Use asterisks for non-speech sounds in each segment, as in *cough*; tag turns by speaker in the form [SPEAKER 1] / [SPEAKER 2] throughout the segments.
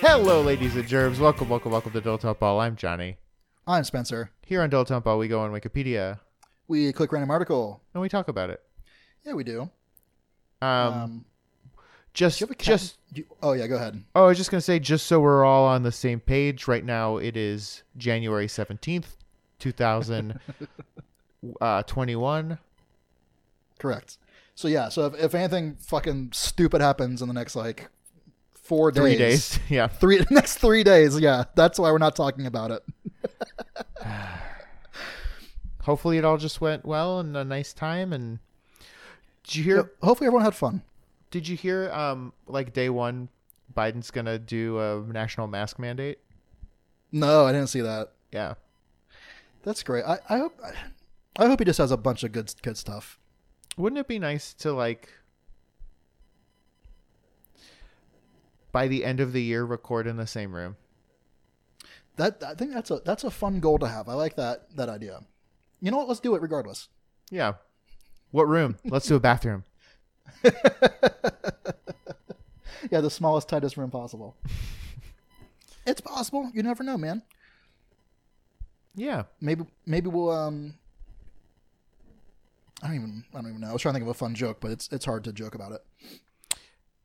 [SPEAKER 1] Hello, ladies and germs. Welcome, welcome, welcome to Dilettante Ball. I'm Johnny.
[SPEAKER 2] I'm Spencer.
[SPEAKER 1] Here on Dilettante Ball, we go on Wikipedia
[SPEAKER 2] We click random article.
[SPEAKER 1] and we talk about it.
[SPEAKER 2] Yeah, we do.
[SPEAKER 1] Um,
[SPEAKER 2] Um,
[SPEAKER 1] just,
[SPEAKER 2] do you have a cat?
[SPEAKER 1] just.
[SPEAKER 2] do you- oh yeah, go ahead.
[SPEAKER 1] Oh, I was just gonna say, just so we're all on the same page. Right now, it is January seventeenth, two
[SPEAKER 2] *laughs*
[SPEAKER 1] thousand uh, twenty-one.
[SPEAKER 2] Correct. So yeah, so if, if anything fucking stupid happens in the next like four days,
[SPEAKER 1] Three days. *laughs* Yeah.
[SPEAKER 2] *laughs* three next three days, yeah, that's why we're not talking about it.
[SPEAKER 1] Hopefully, it all just went well and a nice time. And did you hear?
[SPEAKER 2] Yeah, Hopefully, everyone had fun.
[SPEAKER 1] Did you hear? Um, like day one, Biden's gonna do a national mask mandate.
[SPEAKER 2] No, I didn't see that.
[SPEAKER 1] Yeah.
[SPEAKER 2] That's great. I, I hope I hope he just has a bunch of good good stuff.
[SPEAKER 1] wouldn't it be nice to like by the end of the year record in the same room
[SPEAKER 2] That I think that's a that's a fun goal to have. I like that that idea. You know what? Let's do it regardless.
[SPEAKER 1] yeah what
[SPEAKER 2] *laughs*
[SPEAKER 1] room let's do a bathroom
[SPEAKER 2] Yeah, the smallest, tightest room possible. it's possible. You never know, man.
[SPEAKER 1] yeah
[SPEAKER 2] Maybe maybe we'll um. I don't even I don't even know. I was trying to think of a fun joke, but it's it's hard to joke about it.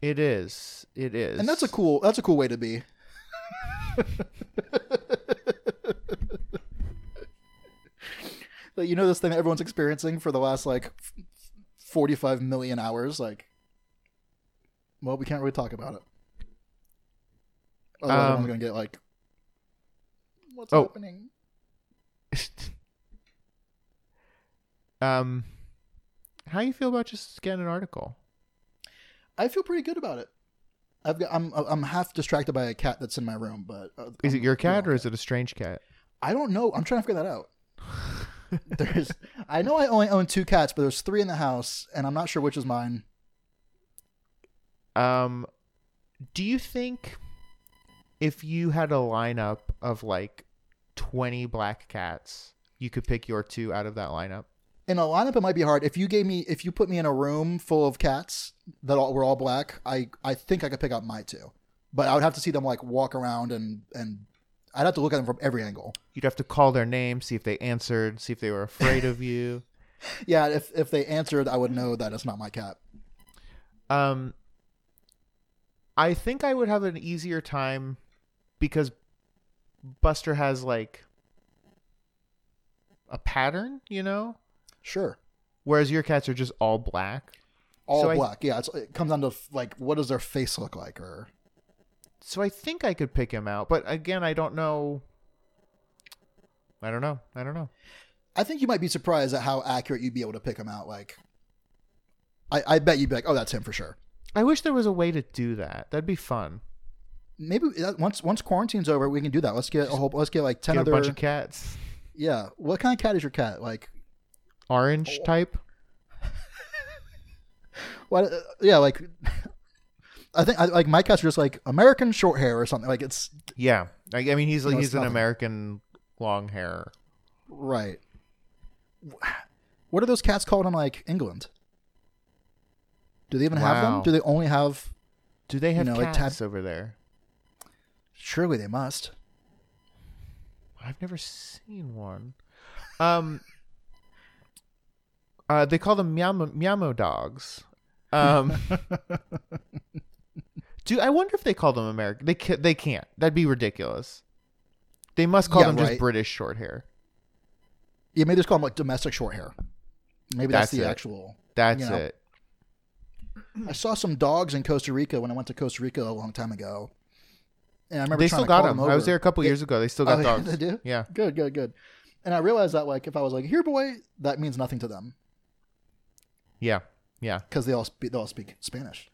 [SPEAKER 1] it is it is
[SPEAKER 2] And that's a cool that's a cool way to be. like you know this thing that everyone's experiencing for the last like f- forty five million hours. Like, well, we can't really talk about it. Otherwise,
[SPEAKER 1] Um,
[SPEAKER 2] I'm gonna get like, what's
[SPEAKER 1] Oh.
[SPEAKER 2] happening?
[SPEAKER 1] *laughs* um how you feel about just getting an article
[SPEAKER 2] I feel pretty good about it. I've got I'm I'm half distracted by a cat that's in my room, but uh,
[SPEAKER 1] is it your cat
[SPEAKER 2] yeah.
[SPEAKER 1] or is it a strange cat
[SPEAKER 2] I don't know. I'm trying to figure that
[SPEAKER 1] *laughs*
[SPEAKER 2] out. there's, I know I only own two cats, but there's three in the house, and I'm not sure which is mine.
[SPEAKER 1] Um, do you think if you had a lineup of like 20 black cats, you could pick your two out of that lineup?
[SPEAKER 2] In a lineup, it might be hard. If you gave me, if you put me in a room full of cats that all, were all black, I, I think I could pick out my two, but I would have to see them like walk around and and I'd have to look at them from every angle.
[SPEAKER 1] You'd have to call their name, see if they answered, see if they were afraid of you.
[SPEAKER 2] Yeah, if if they answered, I would know that it's not my cat.
[SPEAKER 1] Um, I think I would have an easier time because Buster has like a pattern, you know,
[SPEAKER 2] Sure,
[SPEAKER 1] whereas your cats are just all black.
[SPEAKER 2] all
[SPEAKER 1] So I-
[SPEAKER 2] black. yeah, it's, it comes down to like what does their face look like, or
[SPEAKER 1] so I think I could pick him out, but again, I don't know. I don't know. I don't know.
[SPEAKER 2] I think you might be surprised at how accurate you'd be able to pick him out. Like, I, I bet you'd be like, oh, that's him for sure.
[SPEAKER 1] I wish there was a way to do that. That'd be fun.
[SPEAKER 2] Maybe that, once once quarantine's over, we can do that. Let's get a whole. Let's get like ten
[SPEAKER 1] Get
[SPEAKER 2] other.
[SPEAKER 1] a bunch of cats,
[SPEAKER 2] yeah. What kind of cat is your cat? Like, Oh.
[SPEAKER 1] orange type.
[SPEAKER 2] what? Uh, yeah, like. *laughs* I think I, like my cats are just like American short hair or something. Like it's
[SPEAKER 1] Yeah, I, I mean he's
[SPEAKER 2] No,
[SPEAKER 1] he's
[SPEAKER 2] it's
[SPEAKER 1] an
[SPEAKER 2] nothing.
[SPEAKER 1] American long hair.
[SPEAKER 2] right. What are those cats called in like England? Do they even have
[SPEAKER 1] Wow.
[SPEAKER 2] them? Do they only have?
[SPEAKER 1] Do they have
[SPEAKER 2] know, like,
[SPEAKER 1] cats
[SPEAKER 2] tab-
[SPEAKER 1] over there?
[SPEAKER 2] Surely they must.
[SPEAKER 1] I've never seen one. Um, *laughs* uh, they call them Miamo, Miamo dogs.
[SPEAKER 2] *laughs*
[SPEAKER 1] Um, do I wonder if they call them American? They ca- they can't. That'd be ridiculous. They must call
[SPEAKER 2] Yeah,
[SPEAKER 1] them
[SPEAKER 2] right.
[SPEAKER 1] just British short hair.
[SPEAKER 2] Yeah, maybe just call them like domestic short hair. Maybe
[SPEAKER 1] That's
[SPEAKER 2] that's, the
[SPEAKER 1] it.
[SPEAKER 2] actual.
[SPEAKER 1] That's
[SPEAKER 2] You know.
[SPEAKER 1] it.
[SPEAKER 2] I saw some dogs in Costa Rica when I went to Costa Rica a long time ago, and I remember
[SPEAKER 1] They
[SPEAKER 2] trying
[SPEAKER 1] still
[SPEAKER 2] to
[SPEAKER 1] got
[SPEAKER 2] call
[SPEAKER 1] them. I was
[SPEAKER 2] over.
[SPEAKER 1] there a couple years ago. They still
[SPEAKER 2] Oh,
[SPEAKER 1] got
[SPEAKER 2] yeah,
[SPEAKER 1] dogs.
[SPEAKER 2] they do?
[SPEAKER 1] Yeah.
[SPEAKER 2] Good, good, good. And I realized that like if I was like here boy, that means nothing to them
[SPEAKER 1] Yeah. Yeah.
[SPEAKER 2] because they all speak they all speak Spanish.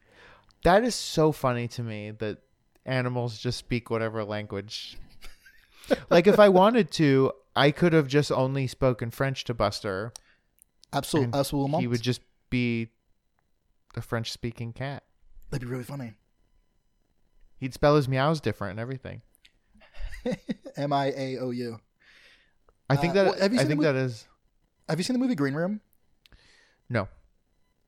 [SPEAKER 1] That is so funny to me that animals just speak whatever
[SPEAKER 2] *laughs*
[SPEAKER 1] language. like if I wanted to, I could have just only spoken French to Buster.
[SPEAKER 2] Absolute,
[SPEAKER 1] And
[SPEAKER 2] absolute.
[SPEAKER 1] He would just be a French speaking cat.
[SPEAKER 2] That'd be really funny. *laughs*
[SPEAKER 1] He'd spell his meows different and everything.
[SPEAKER 2] M I A O U.
[SPEAKER 1] I think
[SPEAKER 2] Uh,
[SPEAKER 1] that
[SPEAKER 2] well, have you
[SPEAKER 1] I
[SPEAKER 2] seen the
[SPEAKER 1] think
[SPEAKER 2] mo-
[SPEAKER 1] that is
[SPEAKER 2] Have you seen the movie Green Room?
[SPEAKER 1] no.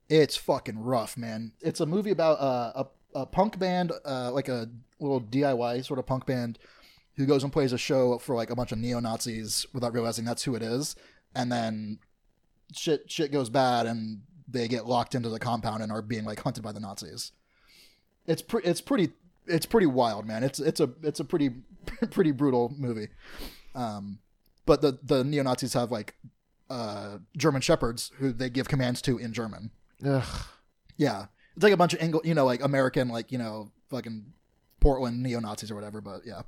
[SPEAKER 2] It's fucking rough, man. It's a movie about uh, a a punk band, uh, like a little DIY sort of punk band, who goes and plays a show for like a bunch of neo Nazis without realizing that's who it is, and then shit shit goes bad, and they get locked into the compound and are being like hunted by the Nazis. It's pre- it's pretty it's pretty wild, man. It's it's a it's a pretty *laughs* pretty brutal movie. Um, but the the neo Nazis have like uh German shepherds who they give commands to in German.
[SPEAKER 1] Ugh.
[SPEAKER 2] Yeah. It's like a bunch of Engl you know, like American, like, you know, fucking Portland neo Nazis or whatever, but yeah.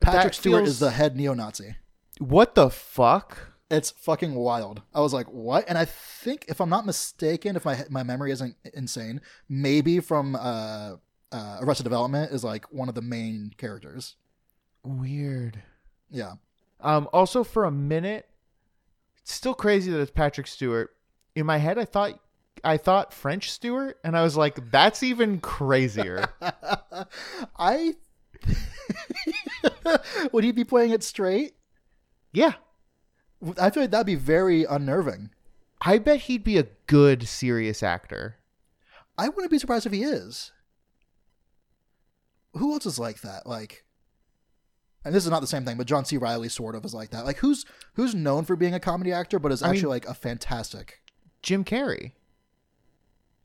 [SPEAKER 2] Patrick
[SPEAKER 1] That
[SPEAKER 2] Stewart
[SPEAKER 1] feels-
[SPEAKER 2] is the head neo Nazi.
[SPEAKER 1] What the fuck?
[SPEAKER 2] It's fucking wild. I was like, what? And I think, if I'm not mistaken, if my my memory isn't insane, maybe from uh, uh, Arrested Development is like one of the main characters.
[SPEAKER 1] Weird.
[SPEAKER 2] Yeah. *laughs*
[SPEAKER 1] Um also for a minute it's still crazy that it's Patrick Stewart. In my head I thought I thought French Stewart and I was like that's even crazier.
[SPEAKER 2] I. *laughs* Would he be playing it straight?
[SPEAKER 1] yeah.
[SPEAKER 2] I feel like that'd be very unnerving.
[SPEAKER 1] I bet he'd be a good serious actor.
[SPEAKER 2] I wouldn't be surprised if he is. Who else is like that? Like, and this is not the same thing, but John C. Riley sort of is like that. Like, who's who's known for being a comedy actor, but is
[SPEAKER 1] I mean-
[SPEAKER 2] actually like a fantastic
[SPEAKER 1] Jim Carrey.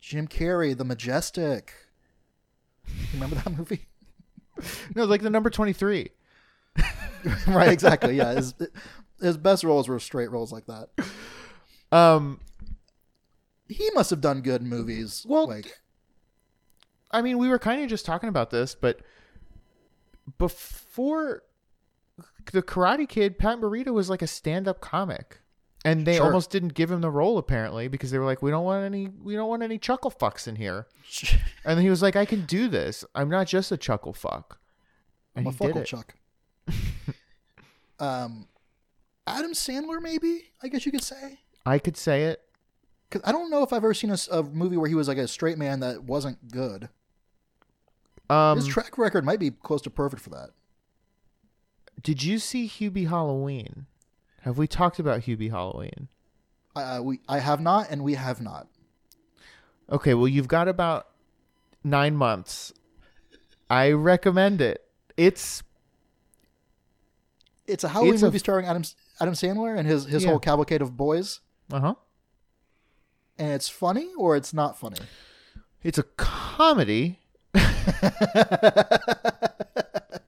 [SPEAKER 2] Jim Carrey, The Majestic. Remember that movie? *laughs*
[SPEAKER 1] No, like the number 23.
[SPEAKER 2] right, exactly. Yeah, his his best roles were straight roles like that.
[SPEAKER 1] Um
[SPEAKER 2] He must have done good movies.
[SPEAKER 1] Well,
[SPEAKER 2] like,
[SPEAKER 1] I mean, we were kind of just talking about this, but before the Karate Kid, Pat Morita was like a stand-up comic, and they
[SPEAKER 2] Sure.
[SPEAKER 1] almost didn't give him the role apparently because they were like, "We don't want any, we don't want any chuckle fucks in here." And then *laughs* he was like, "I can do this. I'm not just a chuckle fuck." And
[SPEAKER 2] I'm a
[SPEAKER 1] he did
[SPEAKER 2] fuckle
[SPEAKER 1] it.
[SPEAKER 2] chuck. *laughs* um, Adam Sandler, maybe I guess you could say.
[SPEAKER 1] I could say it.
[SPEAKER 2] Cause I don't know if I've ever seen a, s- a movie where he was like a straight man that wasn't good.
[SPEAKER 1] Um,
[SPEAKER 2] His track record might be close to perfect for that.
[SPEAKER 1] did you see Hubie Halloween? Have we talked about Hubie Halloween?
[SPEAKER 2] I, I we I have not, and we have not.
[SPEAKER 1] Okay, well, you've got about nine months. I recommend it. It's
[SPEAKER 2] It's a Halloween
[SPEAKER 1] It's a-
[SPEAKER 2] movie starring Adam S- Adam Sandler and his his
[SPEAKER 1] Yeah.
[SPEAKER 2] whole cavalcade of boys,
[SPEAKER 1] uh huh.
[SPEAKER 2] and it's funny or it's not funny.
[SPEAKER 1] It's a
[SPEAKER 2] *laughs*
[SPEAKER 1] comedy.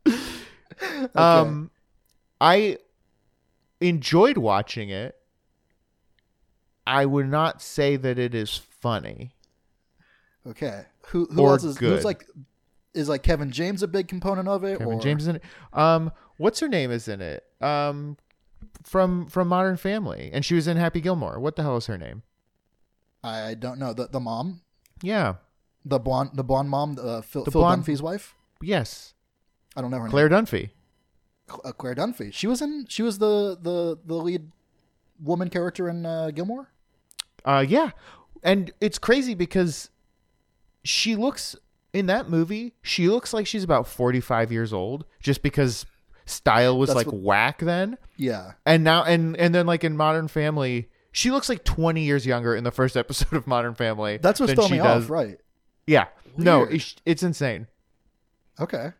[SPEAKER 2] Okay.
[SPEAKER 1] Um, I enjoyed watching it. I would not say that it is funny.
[SPEAKER 2] okay. Who who
[SPEAKER 1] or
[SPEAKER 2] else is
[SPEAKER 1] good.
[SPEAKER 2] who's like is like Kevin James a big component of it?
[SPEAKER 1] Kevin
[SPEAKER 2] or-
[SPEAKER 1] James is in it. Um, what's her name is in it? Um, from from Modern Family, and she was in Happy Gilmore. What the hell is her name?
[SPEAKER 2] I don't know the the mom,
[SPEAKER 1] Yeah.
[SPEAKER 2] the blonde the blonde mom, uh, Phil,
[SPEAKER 1] The
[SPEAKER 2] Phil
[SPEAKER 1] blonde-
[SPEAKER 2] Dunphy's wife.
[SPEAKER 1] Yes.
[SPEAKER 2] I don't know her name.
[SPEAKER 1] Claire Dunphy.
[SPEAKER 2] Cl- uh, Claire Dunphy. She was in. She was the the the lead woman character in uh, Gilmore.
[SPEAKER 1] Uh, yeah, and it's crazy because she looks in that movie. She looks like she's about forty-five years old, just because style was
[SPEAKER 2] That's
[SPEAKER 1] like
[SPEAKER 2] what-
[SPEAKER 1] whack then,
[SPEAKER 2] Yeah,
[SPEAKER 1] and now and and then like in Modern Family, she looks like twenty years younger in the first episode of Modern Family.
[SPEAKER 2] that's what
[SPEAKER 1] than
[SPEAKER 2] threw
[SPEAKER 1] she
[SPEAKER 2] me
[SPEAKER 1] does.
[SPEAKER 2] off. Right.
[SPEAKER 1] Yeah, no,
[SPEAKER 2] Weird.
[SPEAKER 1] it's, it's insane.
[SPEAKER 2] Okay.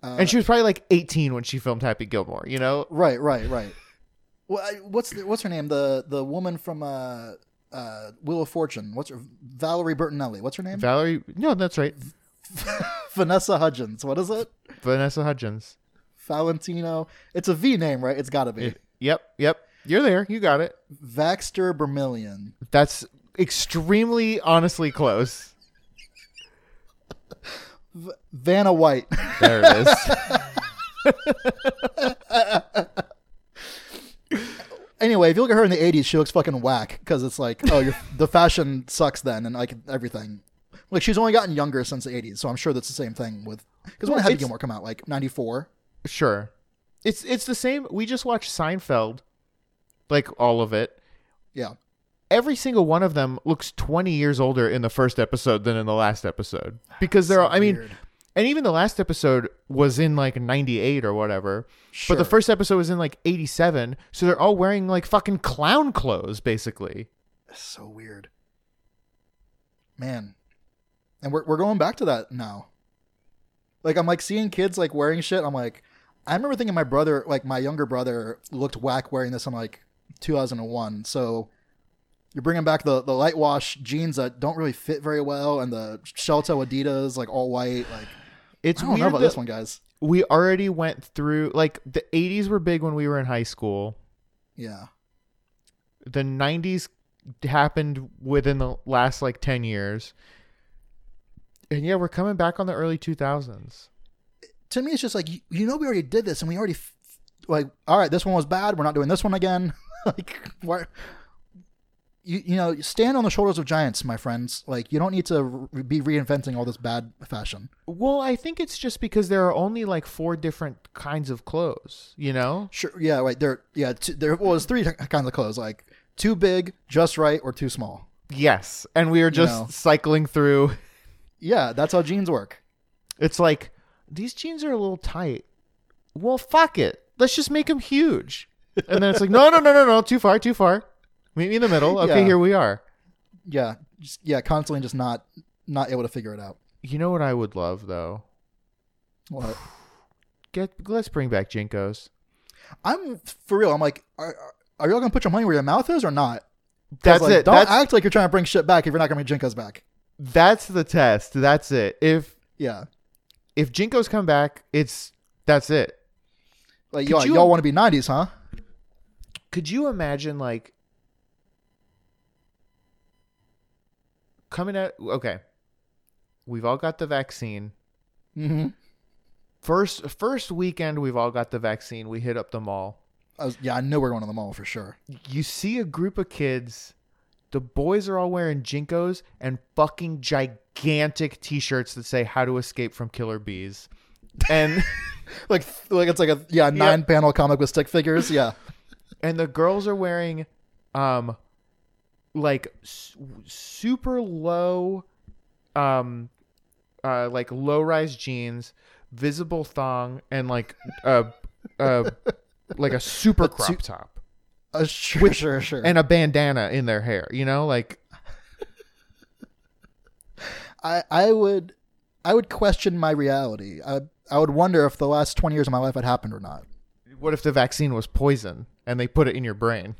[SPEAKER 2] Uh,
[SPEAKER 1] and she was probably like eighteen when she filmed Happy Gilmore. You know,
[SPEAKER 2] Right. Right. Right. Well, I- what's the, what's her name? The the woman from uh, uh, Wheel of Fortune. What's her, Valerie Bertinelli? What's her name?
[SPEAKER 1] Valerie. No, that's right,
[SPEAKER 2] *laughs* Vanessa Hudgens. What is it?
[SPEAKER 1] Vanessa Hudgens.
[SPEAKER 2] Valentino. It's a V name, right? It's got to be
[SPEAKER 1] Yep, yep. You're there. You got it.
[SPEAKER 2] Vaxter Vermillion.
[SPEAKER 1] That's extremely honestly close.
[SPEAKER 2] Vanna White.
[SPEAKER 1] There it is.
[SPEAKER 2] way, if you look at her in the '80s, she looks fucking whack because it's like,
[SPEAKER 1] *laughs*
[SPEAKER 2] oh, you're, the fashion sucks then, and like everything. Like she's only gotten younger since the '80s, so I'm sure that's the same thing with because when
[SPEAKER 1] Well,
[SPEAKER 2] did Happy
[SPEAKER 1] it's-
[SPEAKER 2] Gilmore come out? Like '94.
[SPEAKER 1] *laughs* Sure. It's it's the same. We just watched Seinfeld, like all of it.
[SPEAKER 2] Yeah,
[SPEAKER 1] Every single one of them looks 20 years older in the first episode than in the last episode because they're all, I mean,
[SPEAKER 2] Ah, weird.
[SPEAKER 1] and even the last episode was in like 98 or whatever.
[SPEAKER 2] sure.
[SPEAKER 1] But the first episode was in like 87, so they're all wearing like fucking clown clothes basically.
[SPEAKER 2] so weird, man. And we're we're going back to that now. Like I'm like seeing kids like wearing shit. I'm like, I remember thinking my brother, like my younger brother, looked whack wearing this in like 2001. So you're bringing back the the light wash jeans that don't really fit very well, and the Shelto Adidas, like all white. Like
[SPEAKER 1] It's
[SPEAKER 2] I don't
[SPEAKER 1] weird
[SPEAKER 2] know about
[SPEAKER 1] that
[SPEAKER 2] this one, guys.
[SPEAKER 1] we already went through like the 80s were big when we were in high school.
[SPEAKER 2] Yeah,
[SPEAKER 1] the 90s happened within the last like 10 years and yeah we're coming back on the early 2000s
[SPEAKER 2] to me, it's just like you, you know we already did this, and we already f- like all right, this one was bad. We're not doing this one again. *laughs* like why? You you know, stand on the shoulders of giants, my friends. Like you don't need to re- be reinventing all this bad fashion.
[SPEAKER 1] well i think it's just because there are only like four different kinds of clothes you know
[SPEAKER 2] Sure, yeah, right. There, yeah, two, there was three t- kinds of clothes, like too big, just right, or too small.
[SPEAKER 1] yes and we are just
[SPEAKER 2] No.
[SPEAKER 1] cycling through
[SPEAKER 2] Yeah, that's how jeans work.
[SPEAKER 1] it's like these jeans are a little tight well fuck it let's just make them huge and then it's like *laughs* no no no no no too far too far meet me in the middle okay
[SPEAKER 2] Yeah.
[SPEAKER 1] here we are
[SPEAKER 2] Yeah, just, yeah, constantly just not not able to figure it out.
[SPEAKER 1] you know what i would love though
[SPEAKER 2] What?
[SPEAKER 1] get let's bring back jinkos
[SPEAKER 2] *sighs* I'm for real. I'm like, are, are y'all gonna put your money where your mouth is or not? 'Cause,
[SPEAKER 1] That's
[SPEAKER 2] like,
[SPEAKER 1] it.
[SPEAKER 2] Don't
[SPEAKER 1] That's,
[SPEAKER 2] act like you're trying to bring shit back if you're not going to bring Jinkos back.
[SPEAKER 1] that's the test. That's it. If
[SPEAKER 2] Yeah.
[SPEAKER 1] if Jinkos come back, it's that's it.
[SPEAKER 2] Like,
[SPEAKER 1] Could
[SPEAKER 2] y'all,
[SPEAKER 1] you-
[SPEAKER 2] y'all want to be 90s, huh?
[SPEAKER 1] Could you imagine like coming out okay. We've all got the vaccine.
[SPEAKER 2] Mm-hmm.
[SPEAKER 1] First first weekend we've all got the vaccine. We hit up the mall.
[SPEAKER 2] I was, yeah, I knew we were going to the mall for sure.
[SPEAKER 1] You see a group of kids. The boys are all wearing Jinkos and fucking gigantic t-shirts that say how to escape from killer bees. And
[SPEAKER 2] Like, like it's like a yeah nine panel comic with stick figures. Yeah.
[SPEAKER 1] and the girls are wearing um like su- super low um uh like low rise jeans visible thong and like uh uh like a super crop top
[SPEAKER 2] Uh, sure, sure, sure.
[SPEAKER 1] and a bandana in their hair you know like
[SPEAKER 2] I, I would, I would question my reality. I, I would wonder if the last 20 years of my life had happened or not.
[SPEAKER 1] what if the vaccine was poison and they put it in your brain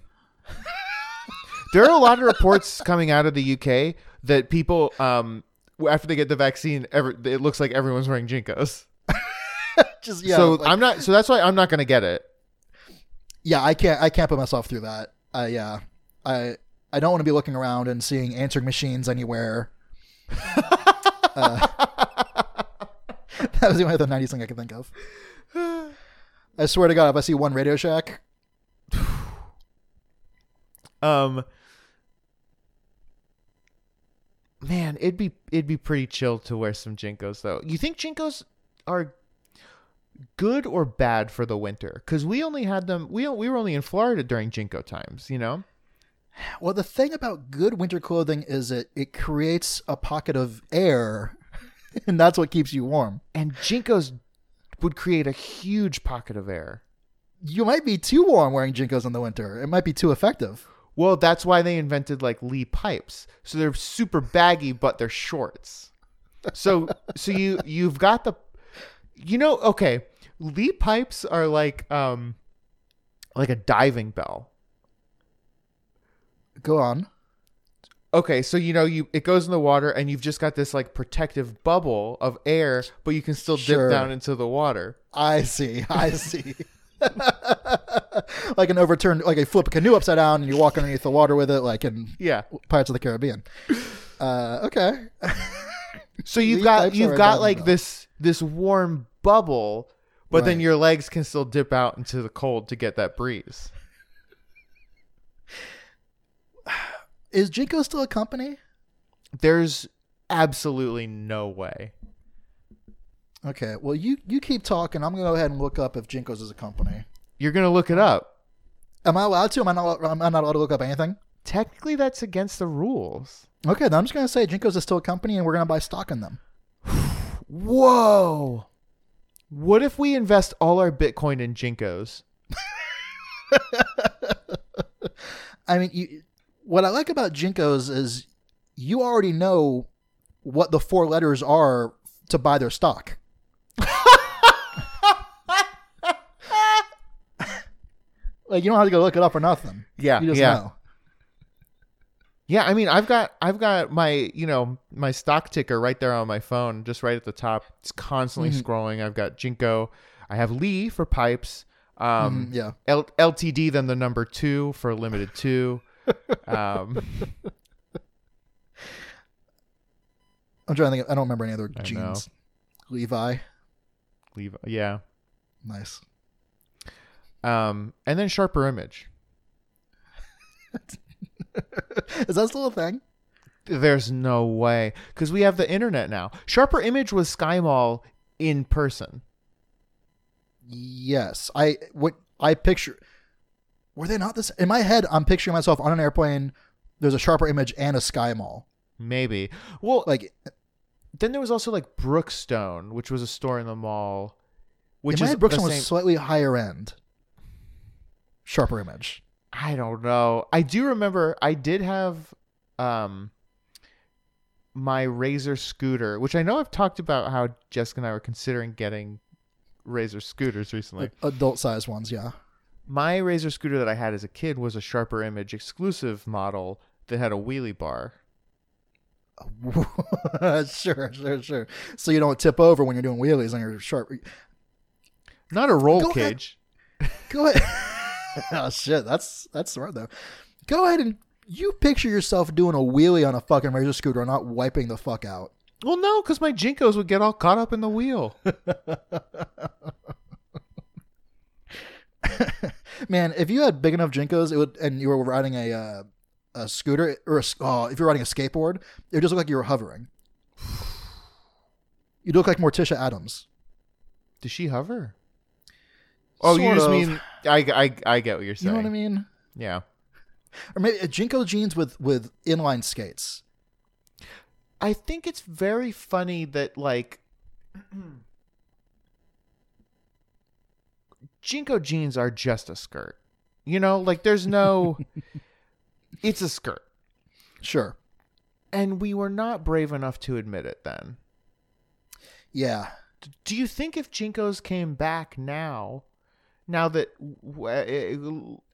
[SPEAKER 1] there are a lot of reports coming out of the uk that people um after they get the vaccine ever it looks like everyone's wearing jinkos
[SPEAKER 2] Just yeah.
[SPEAKER 1] so
[SPEAKER 2] like-
[SPEAKER 1] I'm not. So that's why I'm not going to get it.
[SPEAKER 2] yeah, I can't, I can't put myself through that. I, yeah, I, I don't want to be looking around and seeing answering machines anywhere. uh, that was the only other '90s thing I could think of. I swear to God, if I see one Radio Shack,
[SPEAKER 1] Um, man, it'd be it'd be pretty chill to wear some jinkos though. You think jinkos are good or bad for the winter? Because we only had them. We we were only in Florida during jinko times. You know.
[SPEAKER 2] well, the thing about good winter clothing is it it creates a pocket of air, *laughs* and that's what keeps you warm.
[SPEAKER 1] And jinkos would create a huge pocket of air.
[SPEAKER 2] You might be too warm wearing jinkos in the winter. It might be too effective.
[SPEAKER 1] Well, that's why they invented like Lee pipes. So they're super baggy, but they're shorts. So so you you've got the you know, okay. Lee pipes are like um like a diving bell.
[SPEAKER 2] Go on.
[SPEAKER 1] Okay, so you know you it goes in the water and you've just got this like protective bubble of air, but you can still dip
[SPEAKER 2] Sure.
[SPEAKER 1] down into the water.
[SPEAKER 2] I see. I see. *laughs* like an overturned, like a flip a canoe upside down, and you walk underneath the water with it, like in
[SPEAKER 1] Yeah.
[SPEAKER 2] Pirates of the Caribbean. Uh, okay.
[SPEAKER 1] So you've
[SPEAKER 2] Lee
[SPEAKER 1] got
[SPEAKER 2] pipes are
[SPEAKER 1] you've
[SPEAKER 2] a
[SPEAKER 1] got
[SPEAKER 2] diving
[SPEAKER 1] like
[SPEAKER 2] bell.
[SPEAKER 1] this this warm bubble, but then
[SPEAKER 2] Right.
[SPEAKER 1] your legs can still dip out into the cold to get that breeze.
[SPEAKER 2] Is Jinko still a company?
[SPEAKER 1] There's absolutely no way.
[SPEAKER 2] Okay. Well, you you keep talking. I'm gonna go ahead and look up if Jinko's is a company.
[SPEAKER 1] You're gonna look it up.
[SPEAKER 2] Am I allowed to? Am I not? Am I not allowed to look up anything?
[SPEAKER 1] Technically, that's against the rules.
[SPEAKER 2] Okay, then I'm just gonna say Jinko's is still a company, and we're gonna buy stock in them.
[SPEAKER 1] Whoa. What if we invest all our Bitcoin in Jinkos?
[SPEAKER 2] I mean, you, what I like about Jinkos is you already know what the four letters are to buy
[SPEAKER 1] *laughs*
[SPEAKER 2] their stock. like you don't have to go look it up or nothing.
[SPEAKER 1] Yeah,
[SPEAKER 2] you just
[SPEAKER 1] yeah.
[SPEAKER 2] know.
[SPEAKER 1] Yeah, I mean, I've got I've got my you know my stock ticker right there on my phone, just right at the top. It's constantly scrolling. I've got Jinko. I have Lee for pipes. Um,
[SPEAKER 2] Mm, yeah.
[SPEAKER 1] L- LTD then the number two for limited *laughs* two. um,
[SPEAKER 2] I'm trying to think. Of, I don't remember any other
[SPEAKER 1] I know.
[SPEAKER 2] jeans. Levi,
[SPEAKER 1] leave yeah.
[SPEAKER 2] nice. *laughs*
[SPEAKER 1] Um, and then sharper image.
[SPEAKER 2] Is that still a thing?
[SPEAKER 1] There's no way because we have the internet now. Sharper image was SkyMall in person.
[SPEAKER 2] Yes. I what I picture. Were they not this? In my head, I'm picturing myself on an airplane. There's a sharper image and a sky mall.
[SPEAKER 1] Maybe. Well,
[SPEAKER 2] Like
[SPEAKER 1] then there was also like Brookstone, which was a store in the mall. Which
[SPEAKER 2] in my
[SPEAKER 1] is
[SPEAKER 2] head, Brookstone
[SPEAKER 1] the
[SPEAKER 2] was
[SPEAKER 1] same-
[SPEAKER 2] slightly higher end. Sharper image.
[SPEAKER 1] I don't know. I do remember I did have um my Razor scooter, which I know I've talked about how Jessica and I were considering getting Razor scooters recently.
[SPEAKER 2] Like adult size ones, yeah. *laughs*
[SPEAKER 1] My Razor scooter that I had as a kid was a Sharper Image exclusive model that had a wheelie bar.
[SPEAKER 2] sure, sure, sure. So you don't tip over when you're doing wheelies on your sharp.
[SPEAKER 1] Not a roll
[SPEAKER 2] Go ahead.
[SPEAKER 1] cage.
[SPEAKER 2] Go ahead. *laughs* oh shit, that's that's smart though. Go ahead and you picture yourself doing a wheelie on a fucking razor scooter, and not wiping the fuck out.
[SPEAKER 1] Well, no, because my Jinkos would get all caught up in the *laughs* wheel.
[SPEAKER 2] Man, if you had big enough jinkos, it would, and you were riding a uh, a scooter or a, s- oh, if you're riding a skateboard, it would just look like you were hovering. *sighs* You'd look like Morticia Adams.
[SPEAKER 1] Does she hover? Oh, you
[SPEAKER 2] Sort
[SPEAKER 1] just
[SPEAKER 2] of.
[SPEAKER 1] mean I, I, I get what you're
[SPEAKER 2] You
[SPEAKER 1] saying.
[SPEAKER 2] know what I mean?
[SPEAKER 1] Yeah.
[SPEAKER 2] Or maybe uh, jinko jeans with with inline skates.
[SPEAKER 1] I think it's very funny that like *clears throat* Jinko jeans are just a skirt. You know, like there's no *laughs* it's a skirt.
[SPEAKER 2] Sure.
[SPEAKER 1] And we were not brave enough to admit it then.
[SPEAKER 2] Yeah.
[SPEAKER 1] Do you think if Jinkos came back now, now that w- eh,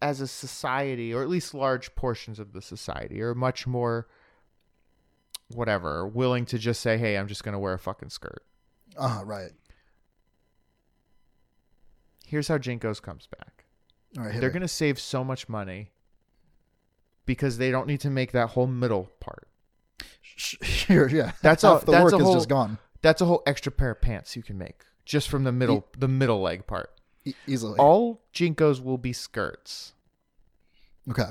[SPEAKER 1] as a society, or at least large portions of the society, are much more whatever, willing to just say, hey, I'm just going to wear a fucking skirt?
[SPEAKER 2] Uh right.
[SPEAKER 1] here's how Jinkos comes back.
[SPEAKER 2] All right. hit
[SPEAKER 1] They're
[SPEAKER 2] me.
[SPEAKER 1] going to save so much money because they don't need to make that whole middle part.
[SPEAKER 2] *laughs* Sure, yeah.
[SPEAKER 1] That's
[SPEAKER 2] Half
[SPEAKER 1] a-
[SPEAKER 2] the
[SPEAKER 1] that's
[SPEAKER 2] work
[SPEAKER 1] a
[SPEAKER 2] is
[SPEAKER 1] whole-
[SPEAKER 2] just gone
[SPEAKER 1] That's a whole extra pair of pants you can make just from the middle the middle leg part.
[SPEAKER 2] e- easily.
[SPEAKER 1] All Jinkos will be skirts,
[SPEAKER 2] okay.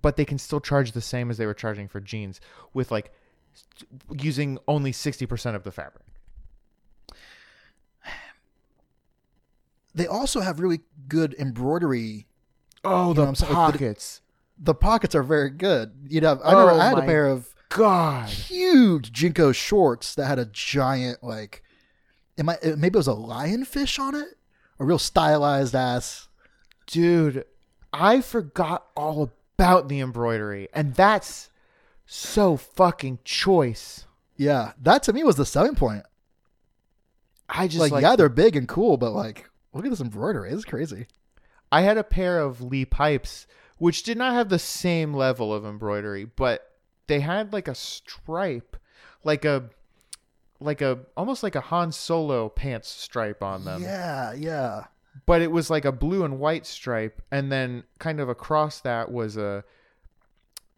[SPEAKER 1] but they can still charge the same as they were charging for jeans with like s- using only 60% of the fabric.
[SPEAKER 2] They also have really good embroidery.
[SPEAKER 1] Oh,
[SPEAKER 2] the
[SPEAKER 1] the pockets.
[SPEAKER 2] The pockets are very good. You'd have. I remember
[SPEAKER 1] Oh
[SPEAKER 2] I had
[SPEAKER 1] my-
[SPEAKER 2] a pair of
[SPEAKER 1] God.
[SPEAKER 2] huge Jinko shorts that had a giant like, it might it- maybe it was a lionfish on it, a real stylized ass.
[SPEAKER 1] Dude, I forgot all about the embroidery, and that's so fucking choice.
[SPEAKER 2] Yeah, that to me was the selling point.
[SPEAKER 1] I just
[SPEAKER 2] like,
[SPEAKER 1] like,
[SPEAKER 2] yeah, they're big and cool, but like, look at this embroidery. It's crazy.
[SPEAKER 1] I had a pair of Lee pipes, which did not have the same level of embroidery, but they had like a stripe, like a like a almost like a Han Solo pants stripe on them.
[SPEAKER 2] Yeah, yeah.
[SPEAKER 1] but it was like a blue and white stripe and then kind of across that was a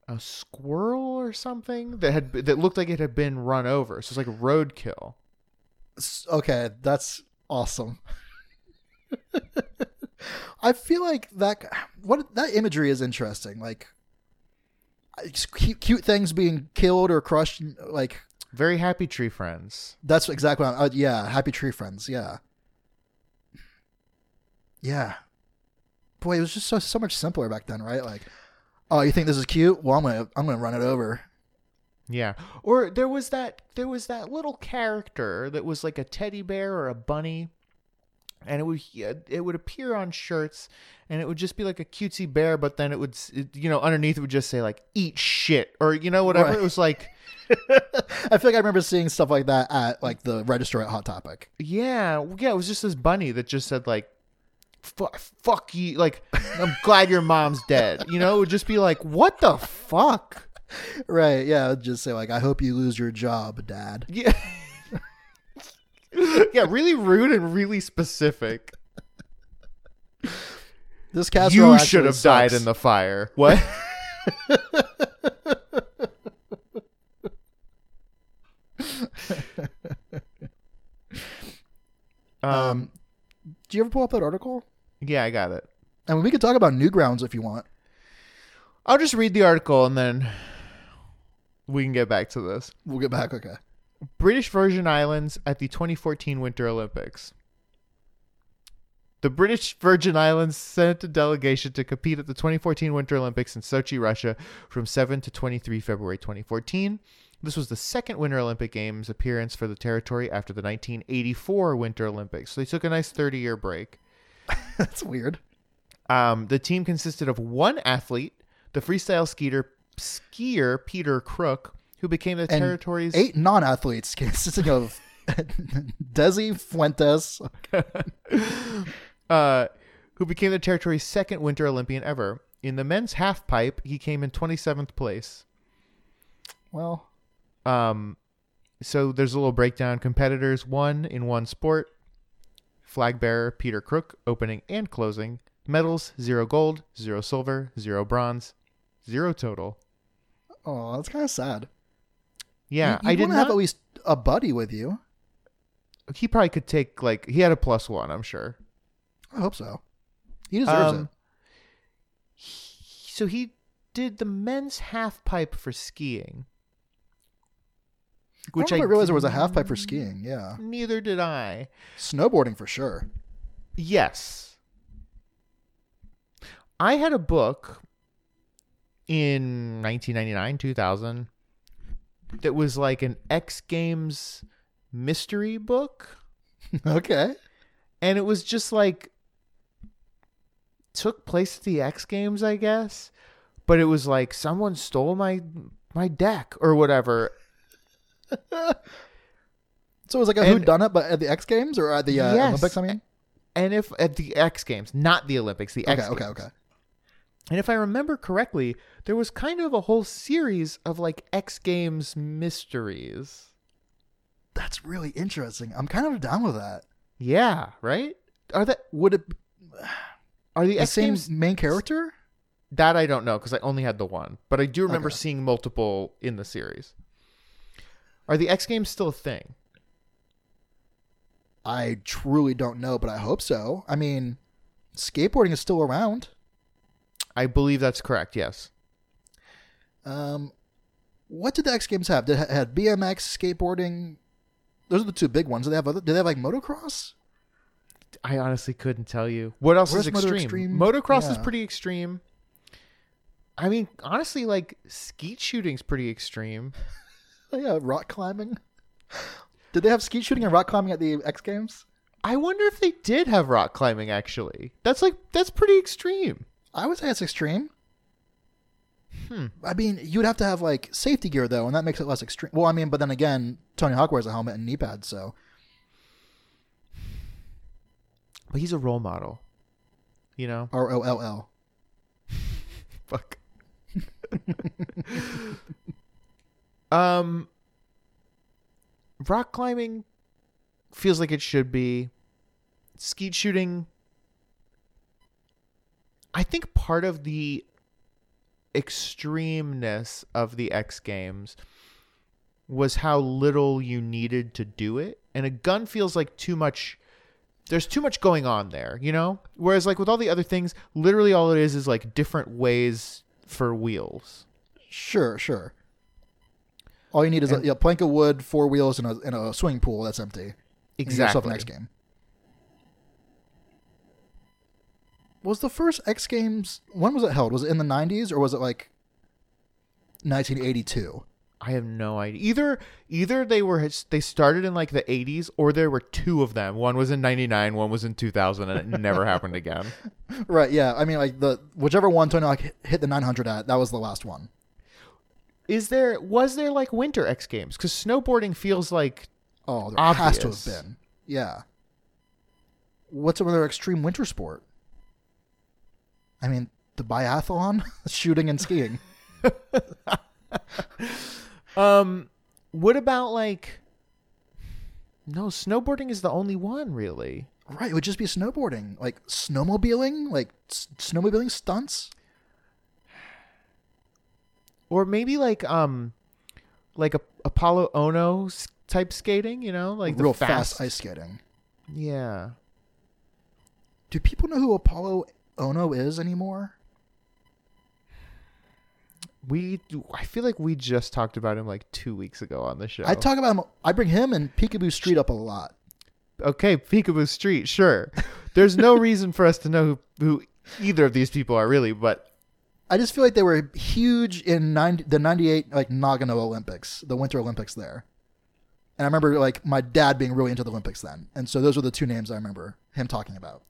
[SPEAKER 1] a squirrel or something that had that looked like it had been run over so it's like roadkill
[SPEAKER 2] S- okay, that's awesome. *laughs* I feel like that what that imagery is interesting. Like it's cute, cute things being killed or crushed. Like
[SPEAKER 1] Very happy tree friends.
[SPEAKER 2] that's exactly. What I'm, uh, yeah, happy tree friends. Yeah, yeah. Boy, it was just so so much simpler back then, right? Like, oh, you think this is cute? Well, I'm gonna I'm gonna run it over.
[SPEAKER 1] Yeah. Or there was that there was that little character that was like a teddy bear or a bunny and it would it would appear on shirts and it would just be like a cutesy bear but then it would s- it- you know underneath it would just say like eat shit or you know whatever
[SPEAKER 2] Right.
[SPEAKER 1] it was like
[SPEAKER 2] I feel like I remember seeing stuff like that at like the register at Hot Topic.
[SPEAKER 1] yeah well, yeah it was just this bunny that just said like fuck fuck you like I'm glad your mom's dead you know it would just be like what the fuck
[SPEAKER 2] Right? Yeah, it'd just say like, I hope you lose your job, Dad.
[SPEAKER 1] Yeah. *laughs* yeah, really rude and really specific.
[SPEAKER 2] This casserole.
[SPEAKER 1] you
[SPEAKER 2] actually
[SPEAKER 1] should have
[SPEAKER 2] sucks.
[SPEAKER 1] died in the fire.
[SPEAKER 2] *laughs*
[SPEAKER 1] What? *laughs* um,
[SPEAKER 2] Um, do you ever pull up that article?
[SPEAKER 1] yeah, I got it.
[SPEAKER 2] I mean, we could talk about Newgrounds if you want.
[SPEAKER 1] I'll just read the article and then we can get back to this.
[SPEAKER 2] We'll get back. Okay. *laughs*
[SPEAKER 1] British Virgin Islands at the 2014 Winter Olympics. The British Virgin Islands sent a delegation to compete at the 2014 Winter Olympics in Sochi, Russia from 7 to 23 February 2014. This was the second Winter Olympic Games appearance for the territory after the 1984 Winter Olympics. So they took a nice 30 year break.
[SPEAKER 2] That's weird.
[SPEAKER 1] Um, the team consisted of one athlete, the freestyle skier, skier Peter Crook, who became the
[SPEAKER 2] And
[SPEAKER 1] territory's
[SPEAKER 2] Eight non-athletes *laughs* consisting of Desi Fuentes.
[SPEAKER 1] uh, who became the territory's second Winter Olympian ever. In the men's half pipe, he came in 27th place.
[SPEAKER 2] Well,
[SPEAKER 1] Um, so there's a little breakdown. Competitors one in one sport. Flag bearer Peter Crook, opening and closing. Medals zero gold, zero silver, zero bronze, zero total.
[SPEAKER 2] oh, that's kind of sad.
[SPEAKER 1] Yeah,
[SPEAKER 2] You- you
[SPEAKER 1] I did
[SPEAKER 2] wanna have
[SPEAKER 1] not.
[SPEAKER 2] at least a buddy with you.
[SPEAKER 1] he probably could take like he had a plus one. I'm sure.
[SPEAKER 2] I hope so. He deserves
[SPEAKER 1] Um,
[SPEAKER 2] it.
[SPEAKER 1] So he did the men's half pipe for skiing.
[SPEAKER 2] Which I, didn't realize there was a half pipe for skiing. Yeah,
[SPEAKER 1] Neither did I.
[SPEAKER 2] snowboarding for sure. *laughs*
[SPEAKER 1] Yes. I had a book in 1999, 2000 that was like an X Games mystery book.
[SPEAKER 2] okay.
[SPEAKER 1] and it was just like took place at the X Games, I guess. But it was like someone stole my my deck or whatever.
[SPEAKER 2] So it was like a who
[SPEAKER 1] And-
[SPEAKER 2] done it, but at the X Games or at the uh,
[SPEAKER 1] Yes.
[SPEAKER 2] Olympics. I mean,
[SPEAKER 1] And if at the X Games, not the Olympics, the X
[SPEAKER 2] okay,
[SPEAKER 1] Games.
[SPEAKER 2] okay, okay.
[SPEAKER 1] And if I remember correctly, there was kind of a whole series of like X Games mysteries.
[SPEAKER 2] That's really interesting. I'm kind of down with that.
[SPEAKER 1] Yeah, right? Are that
[SPEAKER 2] Would it be
[SPEAKER 1] are the,
[SPEAKER 2] the
[SPEAKER 1] X
[SPEAKER 2] same
[SPEAKER 1] Games
[SPEAKER 2] main character?
[SPEAKER 1] That I don't know because I only had the one, but I do remember
[SPEAKER 2] Okay.
[SPEAKER 1] seeing multiple in the series. Are the X Games still a thing?
[SPEAKER 2] I truly don't know, but I hope so. I mean, skateboarding is still around.
[SPEAKER 1] I believe that's correct. Yes.
[SPEAKER 2] Um, what did the X Games have? Did it had BMX, skateboarding? Those are the two big ones. Do they have other? Do they have like motocross?
[SPEAKER 1] I honestly couldn't tell you. What else
[SPEAKER 2] Where's
[SPEAKER 1] is
[SPEAKER 2] motor
[SPEAKER 1] extreme?
[SPEAKER 2] extreme?
[SPEAKER 1] Motocross is
[SPEAKER 2] Yeah.
[SPEAKER 1] pretty extreme. I mean, honestly, like skeet shooting's pretty extreme.
[SPEAKER 2] Oh, yeah, rock climbing. *laughs* Did they have skeet shooting and rock climbing at the X Games?
[SPEAKER 1] I wonder if they did have rock climbing actually. That's like that's pretty extreme.
[SPEAKER 2] I would say it's extreme.
[SPEAKER 1] Hmm.
[SPEAKER 2] I mean, you would have to have like safety gear though, and that makes it less extreme. Well, I mean, but then again, Tony Hawk wears a helmet and knee pads, so
[SPEAKER 1] But he's a role model. You know?
[SPEAKER 2] R O L L.
[SPEAKER 1] Fuck. *laughs* um rock climbing feels like it should be skeet shooting I think part of the extremeness of the X Games was how little you needed to do it and a gun feels like too much there's too much going on there, you know? Whereas like with all the other things, literally all it is is like different ways for wheels.
[SPEAKER 2] Sure, sure. All you need is a, yeah, plank of wood, four wheels, and a, and a swimming pool that's empty. And you get yourself
[SPEAKER 1] Exactly.
[SPEAKER 2] an X game. Was the first X Games when was it held? Was it in the '90s or was it like 1982?
[SPEAKER 1] I have no idea. Either either they were they started in like the 80s or there were two of them. One was in 99, one was in 2000 and it
[SPEAKER 2] *laughs*
[SPEAKER 1] never happened again.
[SPEAKER 2] Right. Yeah. I mean, like the whichever one Tony Hawk hit- hit the 900 at, that was the last one.
[SPEAKER 1] Is there was there like winter X games cuz snowboarding feels like
[SPEAKER 2] Oh, there has to have
[SPEAKER 1] Obvious.
[SPEAKER 2] been. Yeah. What's another extreme winter sport? I mean, the biathlon, *laughs* shooting and skiing.
[SPEAKER 1] um what about like No, snowboarding is the only one really.
[SPEAKER 2] *laughs* Right, it would just be snowboarding, like snowmobiling, like s- snowmobiling stunts.
[SPEAKER 1] Or maybe like um like a Apollo Ono s- type skating, you know, like the
[SPEAKER 2] real fast. ice skating.
[SPEAKER 1] Yeah.
[SPEAKER 2] Do people know who Apollo Ono is anymore?
[SPEAKER 1] We I feel like we just talked about him like 2 weeks ago on the show.
[SPEAKER 2] I talk about him. I bring him and Peekaboo Street up a lot.
[SPEAKER 1] okay, Peekaboo Street, sure. There's
[SPEAKER 2] *laughs*
[SPEAKER 1] no reason for us to know who, who either of these people are really, but
[SPEAKER 2] I just feel like they were huge in 90, the '98 like Nagano Olympics, the Winter Olympics there. And I remember like my dad being really into the Olympics then, and so those were the two names I remember him talking about.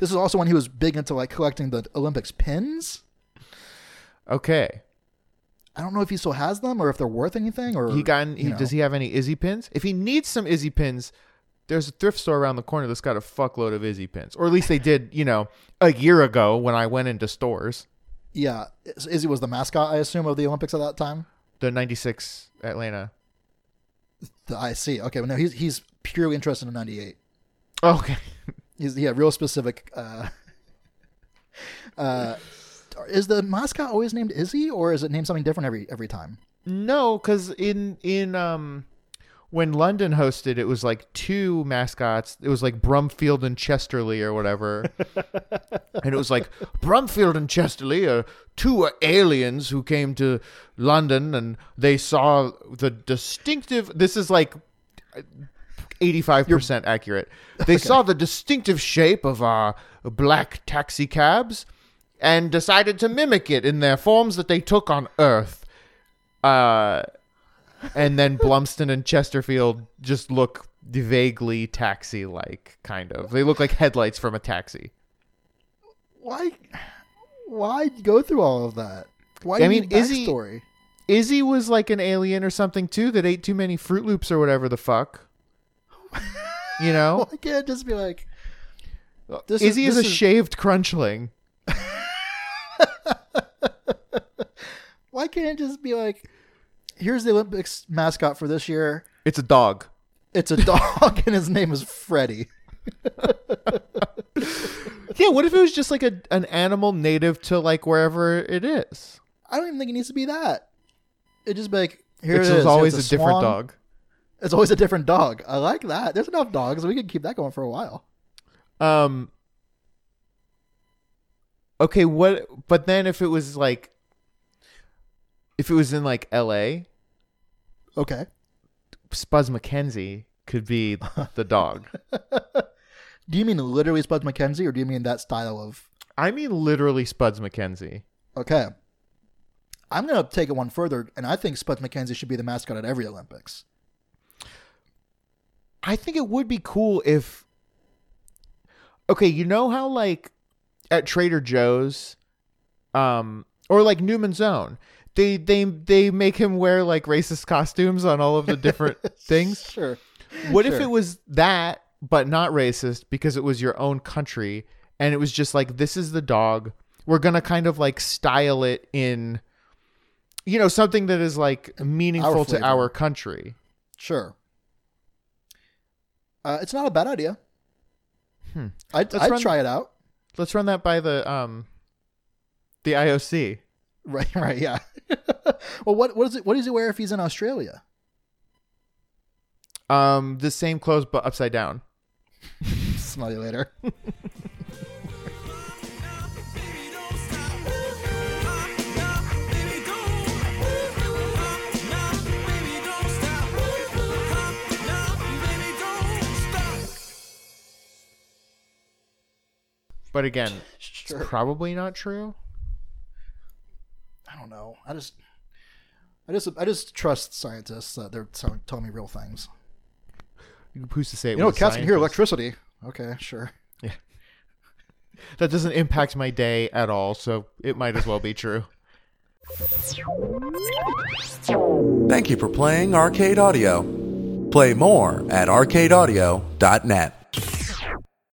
[SPEAKER 2] this is also when he was big into like collecting the Olympics pins.
[SPEAKER 1] okay.
[SPEAKER 2] I don't know if he still has them or if they're worth anything. Or
[SPEAKER 1] He got he,
[SPEAKER 2] you know.
[SPEAKER 1] does he have any Izzy pins? If he needs some Izzy pins, there's a thrift store around the corner that's got a fuckload of Izzy pins. Or at least they did, you know, a year ago when I went into stores.
[SPEAKER 2] Yeah, Iz- Izzy was the mascot, I assume, of the Olympics at that time.
[SPEAKER 1] The 96 Atlanta.
[SPEAKER 2] The I see. Okay, well, no, he's he's purely interested in '98.
[SPEAKER 1] Okay.
[SPEAKER 2] He's yeah, real specific. Uh, uh, is the mascot always named Izzy, or is it named something different every every time?
[SPEAKER 1] No, because in in um when London hosted, it was like two mascots. It was like Brumfield and Chesterley or whatever, and it was like Brumfield and Chesterley are two aliens who came to London and they saw the distinctive. This is like. 85% accurate. They saw the distinctive shape of our black taxi cabs and decided to mimic it in their forms that they took on Earth uh, and then Blumston and Chesterfield just look vaguely taxi like, kind of. They look like headlights from a taxi.
[SPEAKER 2] Why, why go through all of that? Why? do
[SPEAKER 1] I
[SPEAKER 2] you
[SPEAKER 1] mean,
[SPEAKER 2] need
[SPEAKER 1] Izzy-
[SPEAKER 2] backstory?
[SPEAKER 1] Izzy was like an alien or something too that ate too many Fruit Loops or whatever the fuck. You know,
[SPEAKER 2] Why can't it just be like *laughs* this is-
[SPEAKER 1] Izzy is,
[SPEAKER 2] this
[SPEAKER 1] a
[SPEAKER 2] is-
[SPEAKER 1] shaved crunchling.
[SPEAKER 2] Why can't it just be like? Here's the Olympics mascot for this year.
[SPEAKER 1] It's a dog.
[SPEAKER 2] It's a *laughs* dog, and his name is Freddy.
[SPEAKER 1] Yeah, what if it was just like a an animal native to like wherever it is?
[SPEAKER 2] I don't even think it needs to be that. It just be like here
[SPEAKER 1] Which
[SPEAKER 2] it
[SPEAKER 1] is
[SPEAKER 2] is.
[SPEAKER 1] always a,
[SPEAKER 2] It's
[SPEAKER 1] different
[SPEAKER 2] swan.
[SPEAKER 1] dog.
[SPEAKER 2] It's always a different dog. I like that. There's enough dogs. We could keep that going for a while.
[SPEAKER 1] Um. Okay, what? But then, if it was like, if it was in like L.A.,
[SPEAKER 2] Okay.
[SPEAKER 1] Spuzz McKenzie could be the dog.
[SPEAKER 2] Do you mean literally Spud McKenzie, or do you mean that style of?
[SPEAKER 1] I mean, literally Spuds McKenzie.
[SPEAKER 2] Okay. I'm gonna take it one further, and I think Spud McKenzie should be the mascot at every Olympics.
[SPEAKER 1] I think it would be cool if. Okay, you know how like at Trader Joe's, um, or like Newman's Own, they they they make him wear like racist costumes on all of the different things.
[SPEAKER 2] Sure.
[SPEAKER 1] What if
[SPEAKER 2] Sure.
[SPEAKER 1] it was that, but not racist because it was your own country and it was just like, this is the dog. We're going to kind of like style it in, you know, something that is like meaningful to
[SPEAKER 2] flavor.
[SPEAKER 1] our country.
[SPEAKER 2] Sure. Uh, it's not a bad idea.
[SPEAKER 1] Hmm.
[SPEAKER 2] I'd,
[SPEAKER 1] Let's
[SPEAKER 2] I'd
[SPEAKER 1] run-
[SPEAKER 2] try it out. *laughs*
[SPEAKER 1] Let's run that by the, um, the IOC.
[SPEAKER 2] Right. Right. Yeah. *laughs* well, what what is it? What does he wear if he's in Australia?
[SPEAKER 1] Um, the same clothes, but upside down.
[SPEAKER 2] Smell you later.
[SPEAKER 3] Baby, don't stop. Ooh, ah, ah,
[SPEAKER 1] But
[SPEAKER 2] *laughs*
[SPEAKER 1] again, it's
[SPEAKER 2] Sure.
[SPEAKER 1] probably not true.
[SPEAKER 2] I don't know. I just, I just, I just trust scientists that they're telling, telling me real things.
[SPEAKER 1] Who's to say? It
[SPEAKER 2] You know,
[SPEAKER 1] was a
[SPEAKER 2] cats can hear
[SPEAKER 1] scientist?
[SPEAKER 2] electricity. Okay, sure.
[SPEAKER 1] That doesn't impact my day at all, so it might as well be true.
[SPEAKER 4] Thank you for playing Arcade Audio. Play more at arcadeaudio.net.